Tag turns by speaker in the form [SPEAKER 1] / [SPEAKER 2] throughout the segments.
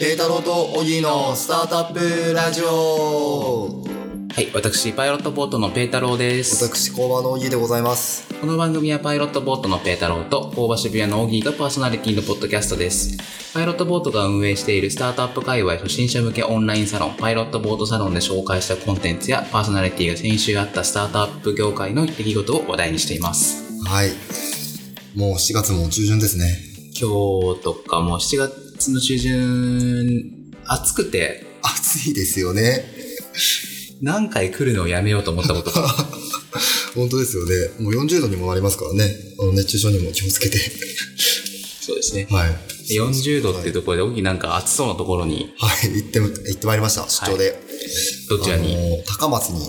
[SPEAKER 1] 栄太郎とオギのスタートアップラジオ
[SPEAKER 2] はい、私、パイロットボートのペータローです。
[SPEAKER 1] 私工場のオギでございます
[SPEAKER 2] この番組はパイロットボートのペータローと、工場渋谷のオギーがパーソナリティのポッドキャストです。パイロットボートが運営しているスタートアップ界隈初心者向けオンラインサロン、パイロットボートサロンで紹介したコンテンツや、パーソナリティが先週あったスタートアップ業界の出来事を話題にしています。
[SPEAKER 1] はいもう4月も中旬ですね
[SPEAKER 2] 今日とかも7月の中旬、暑くて、
[SPEAKER 1] 暑いですよね
[SPEAKER 2] 何回来るのをやめようと思ったことが
[SPEAKER 1] 本当ですよねもう40度にもなりますからねあの熱中症にも気をつけて
[SPEAKER 2] そうですね。
[SPEAKER 1] はい
[SPEAKER 2] 40度っていうところで、オギーなんか暑そうなところに、
[SPEAKER 1] はい行って行ってまいりました出張で、
[SPEAKER 2] どちらに、
[SPEAKER 1] あの高松に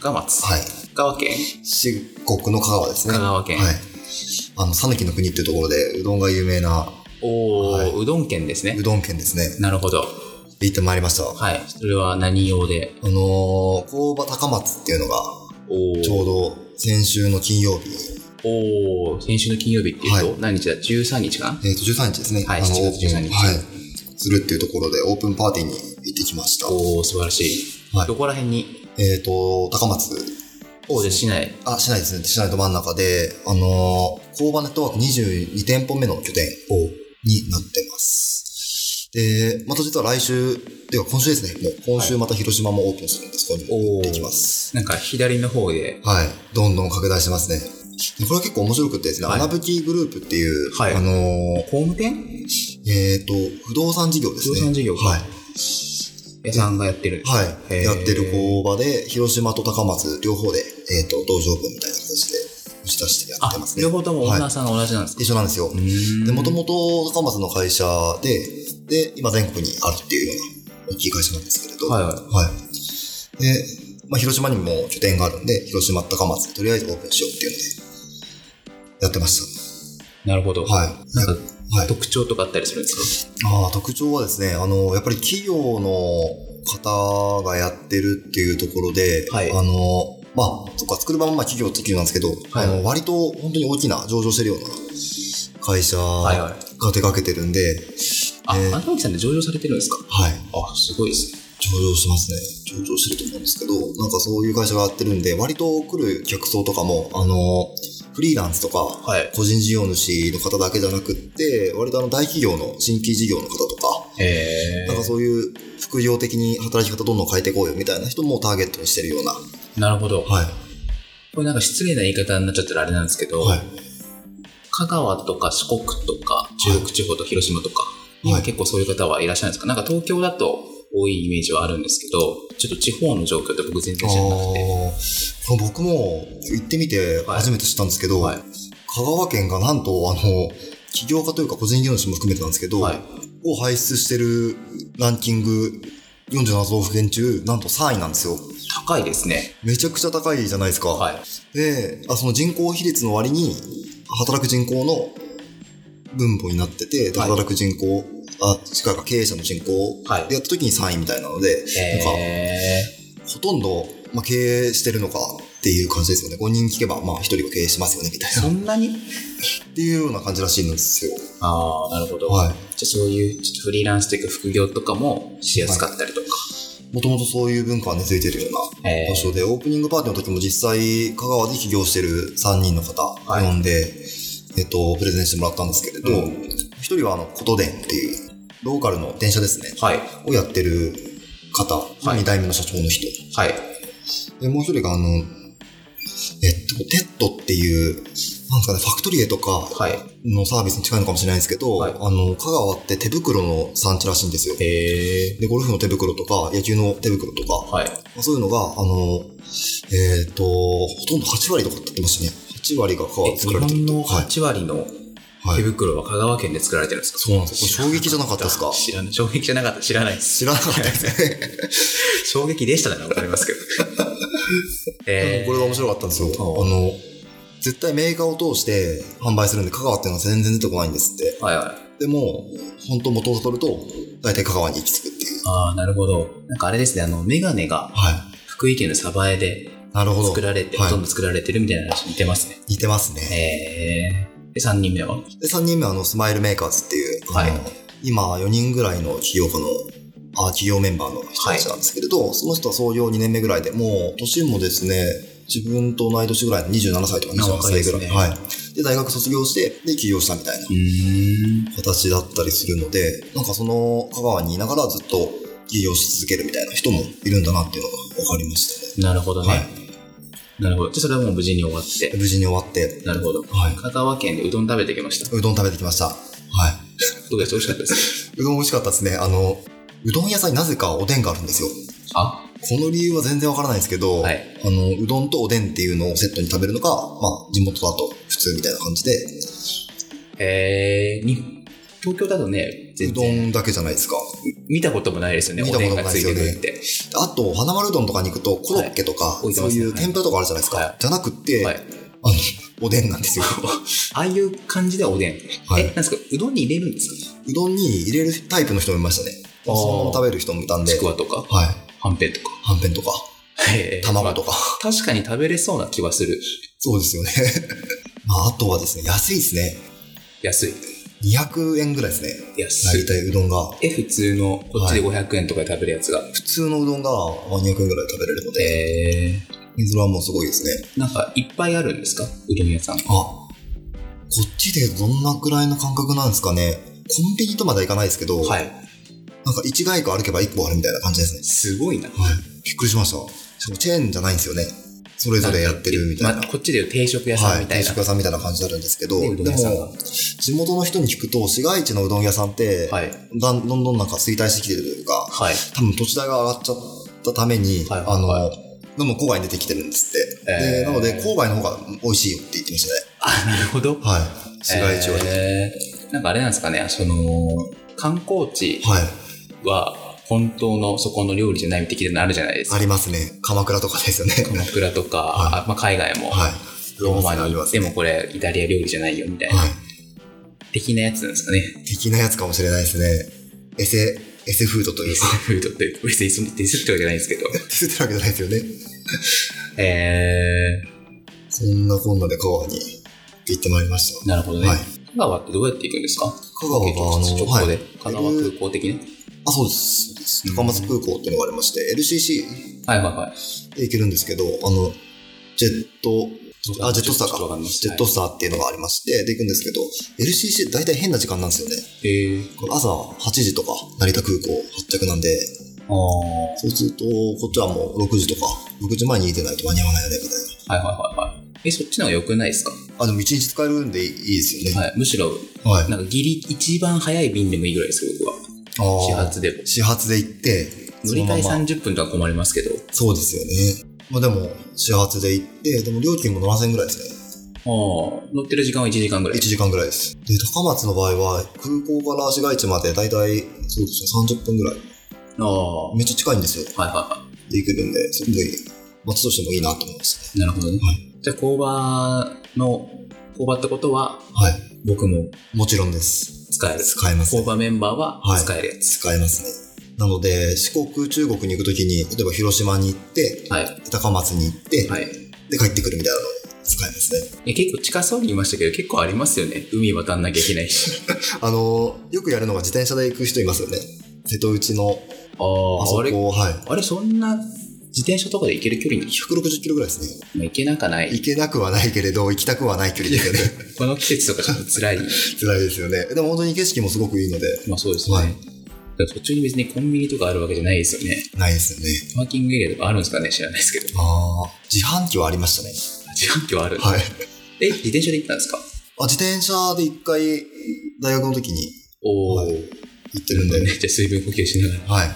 [SPEAKER 2] 高松、
[SPEAKER 1] はい
[SPEAKER 2] 香川県
[SPEAKER 1] 四国の香川ですね
[SPEAKER 2] 香川県
[SPEAKER 1] はいあの讃岐の国っていうところでうどんが有名な
[SPEAKER 2] おお、
[SPEAKER 1] は
[SPEAKER 2] うどん県ですね
[SPEAKER 1] うどん県ですね
[SPEAKER 2] なるほど
[SPEAKER 1] 行ってまいりました
[SPEAKER 2] はいそれは何用で
[SPEAKER 1] あのー、工場高松っていうのが、
[SPEAKER 2] お
[SPEAKER 1] ちょう
[SPEAKER 2] ー
[SPEAKER 1] ど先週の金曜日、
[SPEAKER 2] おー先週の金曜日っていうと、
[SPEAKER 1] は
[SPEAKER 2] 何日だ13日かな
[SPEAKER 1] えっ、と、13日ですね。
[SPEAKER 2] はい
[SPEAKER 1] あの
[SPEAKER 2] 7月13
[SPEAKER 1] オープンはい。するっていうところで、オープンパーティーに行ってきました。
[SPEAKER 2] おお素晴らしい、
[SPEAKER 1] はい
[SPEAKER 2] どこら辺に
[SPEAKER 1] えっ、と、高松、
[SPEAKER 2] おおで市内
[SPEAKER 1] あ、市内ですね。市内ど真ん中で、あのー、工場ネットワーク22店舗目の拠点を、になってます。で、また実は来週、てか今週ですね。もう今週また広島もオープンするんです。そこにも行ってきます。
[SPEAKER 2] なんか左の方で
[SPEAKER 1] はい。どんどん拡大してますね。でこれは結構面白くてですね、
[SPEAKER 2] はい
[SPEAKER 1] 穴吹グループっていう、
[SPEAKER 2] はい
[SPEAKER 1] あのー
[SPEAKER 2] 工務店
[SPEAKER 1] えっ、と、不動産事業ですね。
[SPEAKER 2] 不動産事業か
[SPEAKER 1] はい。
[SPEAKER 2] 屋さんがやってる、
[SPEAKER 1] は
[SPEAKER 2] へー
[SPEAKER 1] い。やってる工場で、広島と高松、両方で、えっ、と、同城分みたいな形で、打ち出してやって
[SPEAKER 2] あ
[SPEAKER 1] ますね。
[SPEAKER 2] 両方ともオーナ
[SPEAKER 1] は
[SPEAKER 2] ーさんが同じなんです
[SPEAKER 1] い
[SPEAKER 2] か、
[SPEAKER 1] 一緒なんですよ。
[SPEAKER 2] う
[SPEAKER 1] で、もと
[SPEAKER 2] も
[SPEAKER 1] もと高松の会社で、で、今全国にあるっていうような大きい会社なんですけれど、
[SPEAKER 2] はい
[SPEAKER 1] い。
[SPEAKER 2] は
[SPEAKER 1] で、まあ、広島にも拠点があるんで、広島、高松、とりあえずオープンしようっていうので、やってまし
[SPEAKER 2] いなるほど、
[SPEAKER 1] た。はい。
[SPEAKER 2] なんか
[SPEAKER 1] はい。
[SPEAKER 2] 特徴とかあったりするんです
[SPEAKER 1] ああ特徴はですねあのやっぱり企業の方がやってるっていうところで、
[SPEAKER 2] はい
[SPEAKER 1] あのまあそっか作る場もまあ企業って企業なんですけど、
[SPEAKER 2] はい
[SPEAKER 1] あの割と本当に大きな上場してるような会社
[SPEAKER 2] かはいは
[SPEAKER 1] が
[SPEAKER 2] い
[SPEAKER 1] 手掛けてるんで、
[SPEAKER 2] あ、
[SPEAKER 1] えー
[SPEAKER 2] 穴崎さんで上場されてるんですか
[SPEAKER 1] はい、
[SPEAKER 2] あすごいですね
[SPEAKER 1] 上場してますね上場してると思うんですけどなんかそういう会社がやってるんで割と来る客層とかもあのフリーランスとか
[SPEAKER 2] はい
[SPEAKER 1] 個人事業主の方だけじゃなくって割とあの大企業の新規事業の方とか
[SPEAKER 2] へ
[SPEAKER 1] なんかそういう副業的に働き方どんどん変えていこうよみたいな人もターゲットにしてるような。は
[SPEAKER 2] えなるほど
[SPEAKER 1] い。
[SPEAKER 2] これなんか失礼な言い方になっちゃったらあれなんですけど、
[SPEAKER 1] はい。
[SPEAKER 2] 香川とか四国とか中国地方と広島とか、今
[SPEAKER 1] はい
[SPEAKER 2] 結構そういう方はいらっしゃるんですかなんか東京だと多いイメージはあるんですけど、ちょっと地方の状況って僕全然知らなくて。
[SPEAKER 1] あー僕も行ってみて初めて知ったんですけど、
[SPEAKER 2] はい
[SPEAKER 1] 香川県がなんと、あの、起業家というか個人事業主も含めてなんですけど、
[SPEAKER 2] はい
[SPEAKER 1] を輩出してるランキング47道府県中、なんと3位なんですよ。
[SPEAKER 2] 高いですね。
[SPEAKER 1] めちゃくちゃ高いじゃないですか。
[SPEAKER 2] はい。
[SPEAKER 1] であその人口比率の割に働く人口の分母になっててで
[SPEAKER 2] はい
[SPEAKER 1] 働く人口、あ違うか経営者の人口
[SPEAKER 2] はい
[SPEAKER 1] でやった時に3位みたいなので、なんか
[SPEAKER 2] へ
[SPEAKER 1] ほとんど、まあ、経営してるのかっていう感じですよね5人聞けば、まあ、1人は経営してますよねみたい
[SPEAKER 2] ー、
[SPEAKER 1] な
[SPEAKER 2] そんなに
[SPEAKER 1] っていうような感じらしいんですよ
[SPEAKER 2] ああ、なるほど。
[SPEAKER 1] はい
[SPEAKER 2] じゃあそういうちょっとフリーランスというか副業とかもしやすかったりとか。
[SPEAKER 1] もともとそういう文化は根付いてるような
[SPEAKER 2] えー
[SPEAKER 1] 場所でオープニングパーティーの時も実際香川で起業してる3人の方
[SPEAKER 2] はい
[SPEAKER 1] 呼んで、えっと、プレゼンしてもらったんですけれど、
[SPEAKER 2] う
[SPEAKER 1] 一人はあの琴電っていうローカルの電車ですね、
[SPEAKER 2] はい。
[SPEAKER 1] をやってる方、
[SPEAKER 2] はい
[SPEAKER 1] 2代目の社長の人
[SPEAKER 2] はい。
[SPEAKER 1] でもう一人があのえっとテッドっていうなんですかねファクトリエとか
[SPEAKER 2] はい。
[SPEAKER 1] のサービスに近いのかもしれないですけど、
[SPEAKER 2] はい
[SPEAKER 1] あの香川って手袋の産地らしいんですよ
[SPEAKER 2] へえ
[SPEAKER 1] でゴルフの手袋とか野球の手袋とか
[SPEAKER 2] ー。はい。
[SPEAKER 1] まあそういうのが、あの、えっ、と、ほとんど8割とかって言ってましたね。8割が
[SPEAKER 2] え
[SPEAKER 1] 皮
[SPEAKER 2] 日
[SPEAKER 1] 作られてる
[SPEAKER 2] 本
[SPEAKER 1] と。
[SPEAKER 2] の
[SPEAKER 1] はい。
[SPEAKER 2] 8割の
[SPEAKER 1] は
[SPEAKER 2] 手
[SPEAKER 1] い。
[SPEAKER 2] 袋は香川県で作られてるんですか、
[SPEAKER 1] そうなんですよ。これ衝撃じゃなかったですか
[SPEAKER 2] 知らない。衝撃じゃなかった。知 らないです。
[SPEAKER 1] 知らなかったですね。
[SPEAKER 2] 衝撃でしたならわかりますけど。 えー、
[SPEAKER 1] これが面白かったんですよ。
[SPEAKER 2] あ
[SPEAKER 1] あの、絶対メーカーを通して販売するんで、香川っていうのは全然出てこないんですって。
[SPEAKER 2] はいはい。
[SPEAKER 1] でも、本当元を取ると、大体香川に行き着くっていう。
[SPEAKER 2] ああ、なるほど。なんかあれですね、あの、メガネが
[SPEAKER 1] はい。
[SPEAKER 2] 福井県の鯖江で
[SPEAKER 1] なるほど
[SPEAKER 2] 作。られて、
[SPEAKER 1] はい
[SPEAKER 2] ほとんど作られてるみたいな話に似てますね。
[SPEAKER 1] 似てますね。
[SPEAKER 2] えー、で、3人目は
[SPEAKER 1] で、3人目はあの、スマイルメーカーズっていう、あの
[SPEAKER 2] はい
[SPEAKER 1] 今4人ぐらいの起業家の、あ企業メンバーの人たちなんですけれど、その人は創業2年目ぐらいで、もう年もですね、自分と同い年ぐらいの27歳とか28歳ぐらい。
[SPEAKER 2] あ若いですね
[SPEAKER 1] はい。で、大学卒業して、で、起業したみたいな
[SPEAKER 2] うん。
[SPEAKER 1] 形だったりするので、なんかその香川にいながらずっと起業し続けるみたいな人もいるんだなっていうのが分かりましたね。
[SPEAKER 2] なるほどね。
[SPEAKER 1] はい
[SPEAKER 2] なるほど。じゃあそれはもう無事に終わって。
[SPEAKER 1] 無事に終わって、
[SPEAKER 2] なるほど。
[SPEAKER 1] はい
[SPEAKER 2] 香川県でうどん食べてきました。
[SPEAKER 1] うどん食べてきました。はい。
[SPEAKER 2] どうです美味しかったです。
[SPEAKER 1] うどん美味しかったですね。あの、うどん屋さんになぜかおでんがあるんですよ。
[SPEAKER 2] あ
[SPEAKER 1] この理由は全然わからないんですけど、
[SPEAKER 2] はい。
[SPEAKER 1] あの、うどんとおでんっていうのをセットに食べるのが、まあ、地元だと普通みたいな感じで、
[SPEAKER 2] えー、に、東京だとね、
[SPEAKER 1] う
[SPEAKER 2] 全
[SPEAKER 1] ど
[SPEAKER 2] 然
[SPEAKER 1] んだけじゃないですか。
[SPEAKER 2] 見たこともないですよね。
[SPEAKER 1] 見
[SPEAKER 2] お
[SPEAKER 1] たこ
[SPEAKER 2] で
[SPEAKER 1] と
[SPEAKER 2] ん
[SPEAKER 1] もない
[SPEAKER 2] が
[SPEAKER 1] で
[SPEAKER 2] つ
[SPEAKER 1] す
[SPEAKER 2] い
[SPEAKER 1] よ
[SPEAKER 2] て
[SPEAKER 1] ね
[SPEAKER 2] くるって。
[SPEAKER 1] あと、花丸うどんとかに行くと、コロッケとか、
[SPEAKER 2] い置いて
[SPEAKER 1] そ
[SPEAKER 2] ま
[SPEAKER 1] う
[SPEAKER 2] すね
[SPEAKER 1] いう天ぷらとかあるじゃないですか。
[SPEAKER 2] はい
[SPEAKER 1] じゃなくって、
[SPEAKER 2] はい。
[SPEAKER 1] おでんなんですよ。
[SPEAKER 2] ああいう感じでおでん。
[SPEAKER 1] はい
[SPEAKER 2] え、なんですかうどんに入れるんですか
[SPEAKER 1] うどんに入れるタイプの人もいましたね。
[SPEAKER 2] あ
[SPEAKER 1] そ
[SPEAKER 2] ー
[SPEAKER 1] のまま食べる人もいたんで
[SPEAKER 2] ち、くわとか、
[SPEAKER 1] はい。
[SPEAKER 2] はんぺんとか。
[SPEAKER 1] はんぺんとか、
[SPEAKER 2] えー
[SPEAKER 1] 卵と
[SPEAKER 2] ま
[SPEAKER 1] か。
[SPEAKER 2] あ確かに食べれそうな気はする。
[SPEAKER 1] そうですよね。 まあ、あとはですね、安いですね。
[SPEAKER 2] 安い。
[SPEAKER 1] 200円ぐらいですね。
[SPEAKER 2] 安
[SPEAKER 1] 大
[SPEAKER 2] い。
[SPEAKER 1] 体うどんが。
[SPEAKER 2] え、普通の、こっちで500円とかで食べるやつが。
[SPEAKER 1] 普通のうどんがまあ200円ぐらい食べれるので、
[SPEAKER 2] え
[SPEAKER 1] それはもうすごいですね。
[SPEAKER 2] ー、なんかいっぱいあるんですかうどん屋さん。
[SPEAKER 1] あ、こっちでどんなくらいの感覚なんですかね。コンビニとまではいかないですけど、
[SPEAKER 2] はい。
[SPEAKER 1] なんか一街区歩けば一個あるみたいな感じですね。
[SPEAKER 2] すごいな。
[SPEAKER 1] びっくりしました。しかもチェーンじゃないんですよね。それぞれやってるみたいな。
[SPEAKER 2] まあこっちでいう定食屋さんみたい
[SPEAKER 1] 定
[SPEAKER 2] な。
[SPEAKER 1] 食屋さんみたいな感じになるんですけど、
[SPEAKER 2] でうどん
[SPEAKER 1] で
[SPEAKER 2] 屋さんが
[SPEAKER 1] も、地元の人に聞くと、市街地のうどん屋さんって、
[SPEAKER 2] はい。
[SPEAKER 1] だんどんどんなんか衰退してきてるというか、
[SPEAKER 2] はい。
[SPEAKER 1] 多分土地代が上がっちゃったために、
[SPEAKER 2] はいはいは
[SPEAKER 1] あ
[SPEAKER 2] い
[SPEAKER 1] の、どんどん郊外に出てきてるんですって。
[SPEAKER 2] え
[SPEAKER 1] で
[SPEAKER 2] ー
[SPEAKER 1] なので、郊外の方が美味しいよって言ってましたね。
[SPEAKER 2] あ、なるほど。
[SPEAKER 1] はい。 市街地はね。
[SPEAKER 2] えーなんかあれなんですかね、その、観光地
[SPEAKER 1] はい。
[SPEAKER 2] は本当のそこの料理じゃない的なのあるじゃないです
[SPEAKER 1] あ
[SPEAKER 2] か。
[SPEAKER 1] りますね。鎌倉とかですよね。
[SPEAKER 2] 鎌倉とか、
[SPEAKER 1] は
[SPEAKER 2] あまあ、海外も、
[SPEAKER 1] はい。
[SPEAKER 2] ローマ
[SPEAKER 1] あ
[SPEAKER 2] に
[SPEAKER 1] りま
[SPEAKER 2] 行っ
[SPEAKER 1] す
[SPEAKER 2] て
[SPEAKER 1] ね
[SPEAKER 2] もこれイタリア料理じゃないよみたいな、
[SPEAKER 1] は
[SPEAKER 2] 的なやつなんですかね。
[SPEAKER 1] い。的なやつかもしれないですね。エセ、エセフードと
[SPEAKER 2] デ
[SPEAKER 1] い
[SPEAKER 2] ィ
[SPEAKER 1] う
[SPEAKER 2] ス
[SPEAKER 1] か。
[SPEAKER 2] フードって、別にそのディスってわけじゃないんですけど。
[SPEAKER 1] エ セってわけじゃないですよね。
[SPEAKER 2] え
[SPEAKER 1] そんなこんなで香川に行ってまいりまし
[SPEAKER 2] ー、なるほど
[SPEAKER 1] た。
[SPEAKER 2] ね。
[SPEAKER 1] はい。
[SPEAKER 2] 香川ってどうやって行くんですか
[SPEAKER 1] 香川は、あの、
[SPEAKER 2] 直
[SPEAKER 1] は
[SPEAKER 2] 行
[SPEAKER 1] い
[SPEAKER 2] で、。香川空港的に、
[SPEAKER 1] あ、そうです。そうです高松空港っていうのがありまして、LCC
[SPEAKER 2] はいはいはい。
[SPEAKER 1] で行けるんですけど、あの、ジェット、あ、ジェットスター
[SPEAKER 2] ちょっと
[SPEAKER 1] か。
[SPEAKER 2] わかんないです
[SPEAKER 1] ジェットスターっていうのがありまして、で行くんですけど、LCC 大体変な時間なんですよね。
[SPEAKER 2] えー、
[SPEAKER 1] これ朝8時とか、成田空港発着なんで、
[SPEAKER 2] ああ。
[SPEAKER 1] そうすると、こっちはもう6時とか、6時前に出ないと間に合わないよね、みたい
[SPEAKER 2] はいはいはいはい。え、そっちの方が良くないですか、
[SPEAKER 1] な。あ、でも1日使えるんでいいですよね。
[SPEAKER 2] はい。むしろ、
[SPEAKER 1] はい。
[SPEAKER 2] なんかギリ、一番早い便でもいいぐらいですよ、僕は。
[SPEAKER 1] あー
[SPEAKER 2] 始発でも。
[SPEAKER 1] 始発で行って、
[SPEAKER 2] 乗り換え
[SPEAKER 1] そのまま
[SPEAKER 2] 30分とは困りますけど。
[SPEAKER 1] そうですよね。まあでも、始発で行って、でも料金も7000円ぐらいですね。
[SPEAKER 2] ああ、乗ってる時間は1時間ぐらい
[SPEAKER 1] 1。時間ぐらいです。で、高松の場合は、空港から市街地までだいたい、そうですね、30分ぐらい。
[SPEAKER 2] ああ。はい
[SPEAKER 1] めっちゃ近いんですよ。
[SPEAKER 2] はいは
[SPEAKER 1] で、行けるんで、すごい、街としてもいいなと思いましたね。
[SPEAKER 2] い。なるほどね。
[SPEAKER 1] は
[SPEAKER 2] じゃあ、工場の、工場ってことは、
[SPEAKER 1] はい。
[SPEAKER 2] 僕も
[SPEAKER 1] もちろんです。
[SPEAKER 2] 使える。
[SPEAKER 1] 使えます
[SPEAKER 2] 工
[SPEAKER 1] ね。
[SPEAKER 2] 場メンバーは使えるやつ。
[SPEAKER 1] 使えますね。なので、四国、中国に行くときに、例えば広島に行って、
[SPEAKER 2] はい。
[SPEAKER 1] 高松に行って、
[SPEAKER 2] はい。
[SPEAKER 1] で、帰ってくるみたいなのを使えますね。
[SPEAKER 2] え結構近そうに言いましたけど、結構ありますよね。海渡んなきゃいけないし。
[SPEAKER 1] あの、よくやるのが自転車で行く人いますよね。瀬戸内の、あ
[SPEAKER 2] あ
[SPEAKER 1] そ
[SPEAKER 2] あ、あれ、
[SPEAKER 1] こ、はい。
[SPEAKER 2] あれ、そんな、自転車とかで行ける距離に、
[SPEAKER 1] 160キロぐらいですね。
[SPEAKER 2] まあ、行けなかない。
[SPEAKER 1] 行けなくはないけれど、行きたくはない距離ですよね。
[SPEAKER 2] この季節とかちょっと 辛い。
[SPEAKER 1] 辛いですよね。でも本当に景色もすごくいいので、
[SPEAKER 2] まあそうですね。
[SPEAKER 1] はい
[SPEAKER 2] だから途中に別にコンビニとかあるわけじゃないですよね。
[SPEAKER 1] ないですよね。
[SPEAKER 2] パーキングエリアとかあるんですかね知らないですけど。
[SPEAKER 1] ああ。自販機はありましたね。
[SPEAKER 2] 自販機はある。
[SPEAKER 1] はい。
[SPEAKER 2] え、自転車で行ったんですか
[SPEAKER 1] あ、自転車で一回、大学の時に、
[SPEAKER 2] おー。
[SPEAKER 1] はい行ってるんで、
[SPEAKER 2] めっちゃ水分補給しながら。
[SPEAKER 1] はい。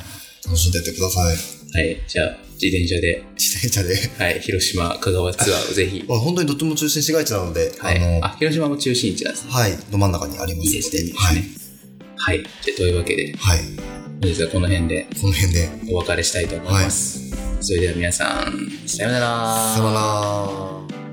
[SPEAKER 1] 楽しんでってください。
[SPEAKER 2] はい。じゃあ、自転車で、
[SPEAKER 1] 自転車で。
[SPEAKER 2] はい、広島、香川ツアーをぜひ。
[SPEAKER 1] まあ、本当にどっちも中心市街地なので、
[SPEAKER 2] は
[SPEAKER 1] あ
[SPEAKER 2] い。
[SPEAKER 1] の、
[SPEAKER 2] あ、広島も中心地なんですね。
[SPEAKER 1] はい、ど真ん中にありま
[SPEAKER 2] いい
[SPEAKER 1] すので。
[SPEAKER 2] ですね。いいで
[SPEAKER 1] は
[SPEAKER 2] す
[SPEAKER 1] い
[SPEAKER 2] ね。。はい。じゃあ、というわけで、
[SPEAKER 1] はい。
[SPEAKER 2] 本日はこの辺で
[SPEAKER 1] この辺で。
[SPEAKER 2] お別れしたいと思います。それでは皆さん、さようなら。
[SPEAKER 1] さよなら。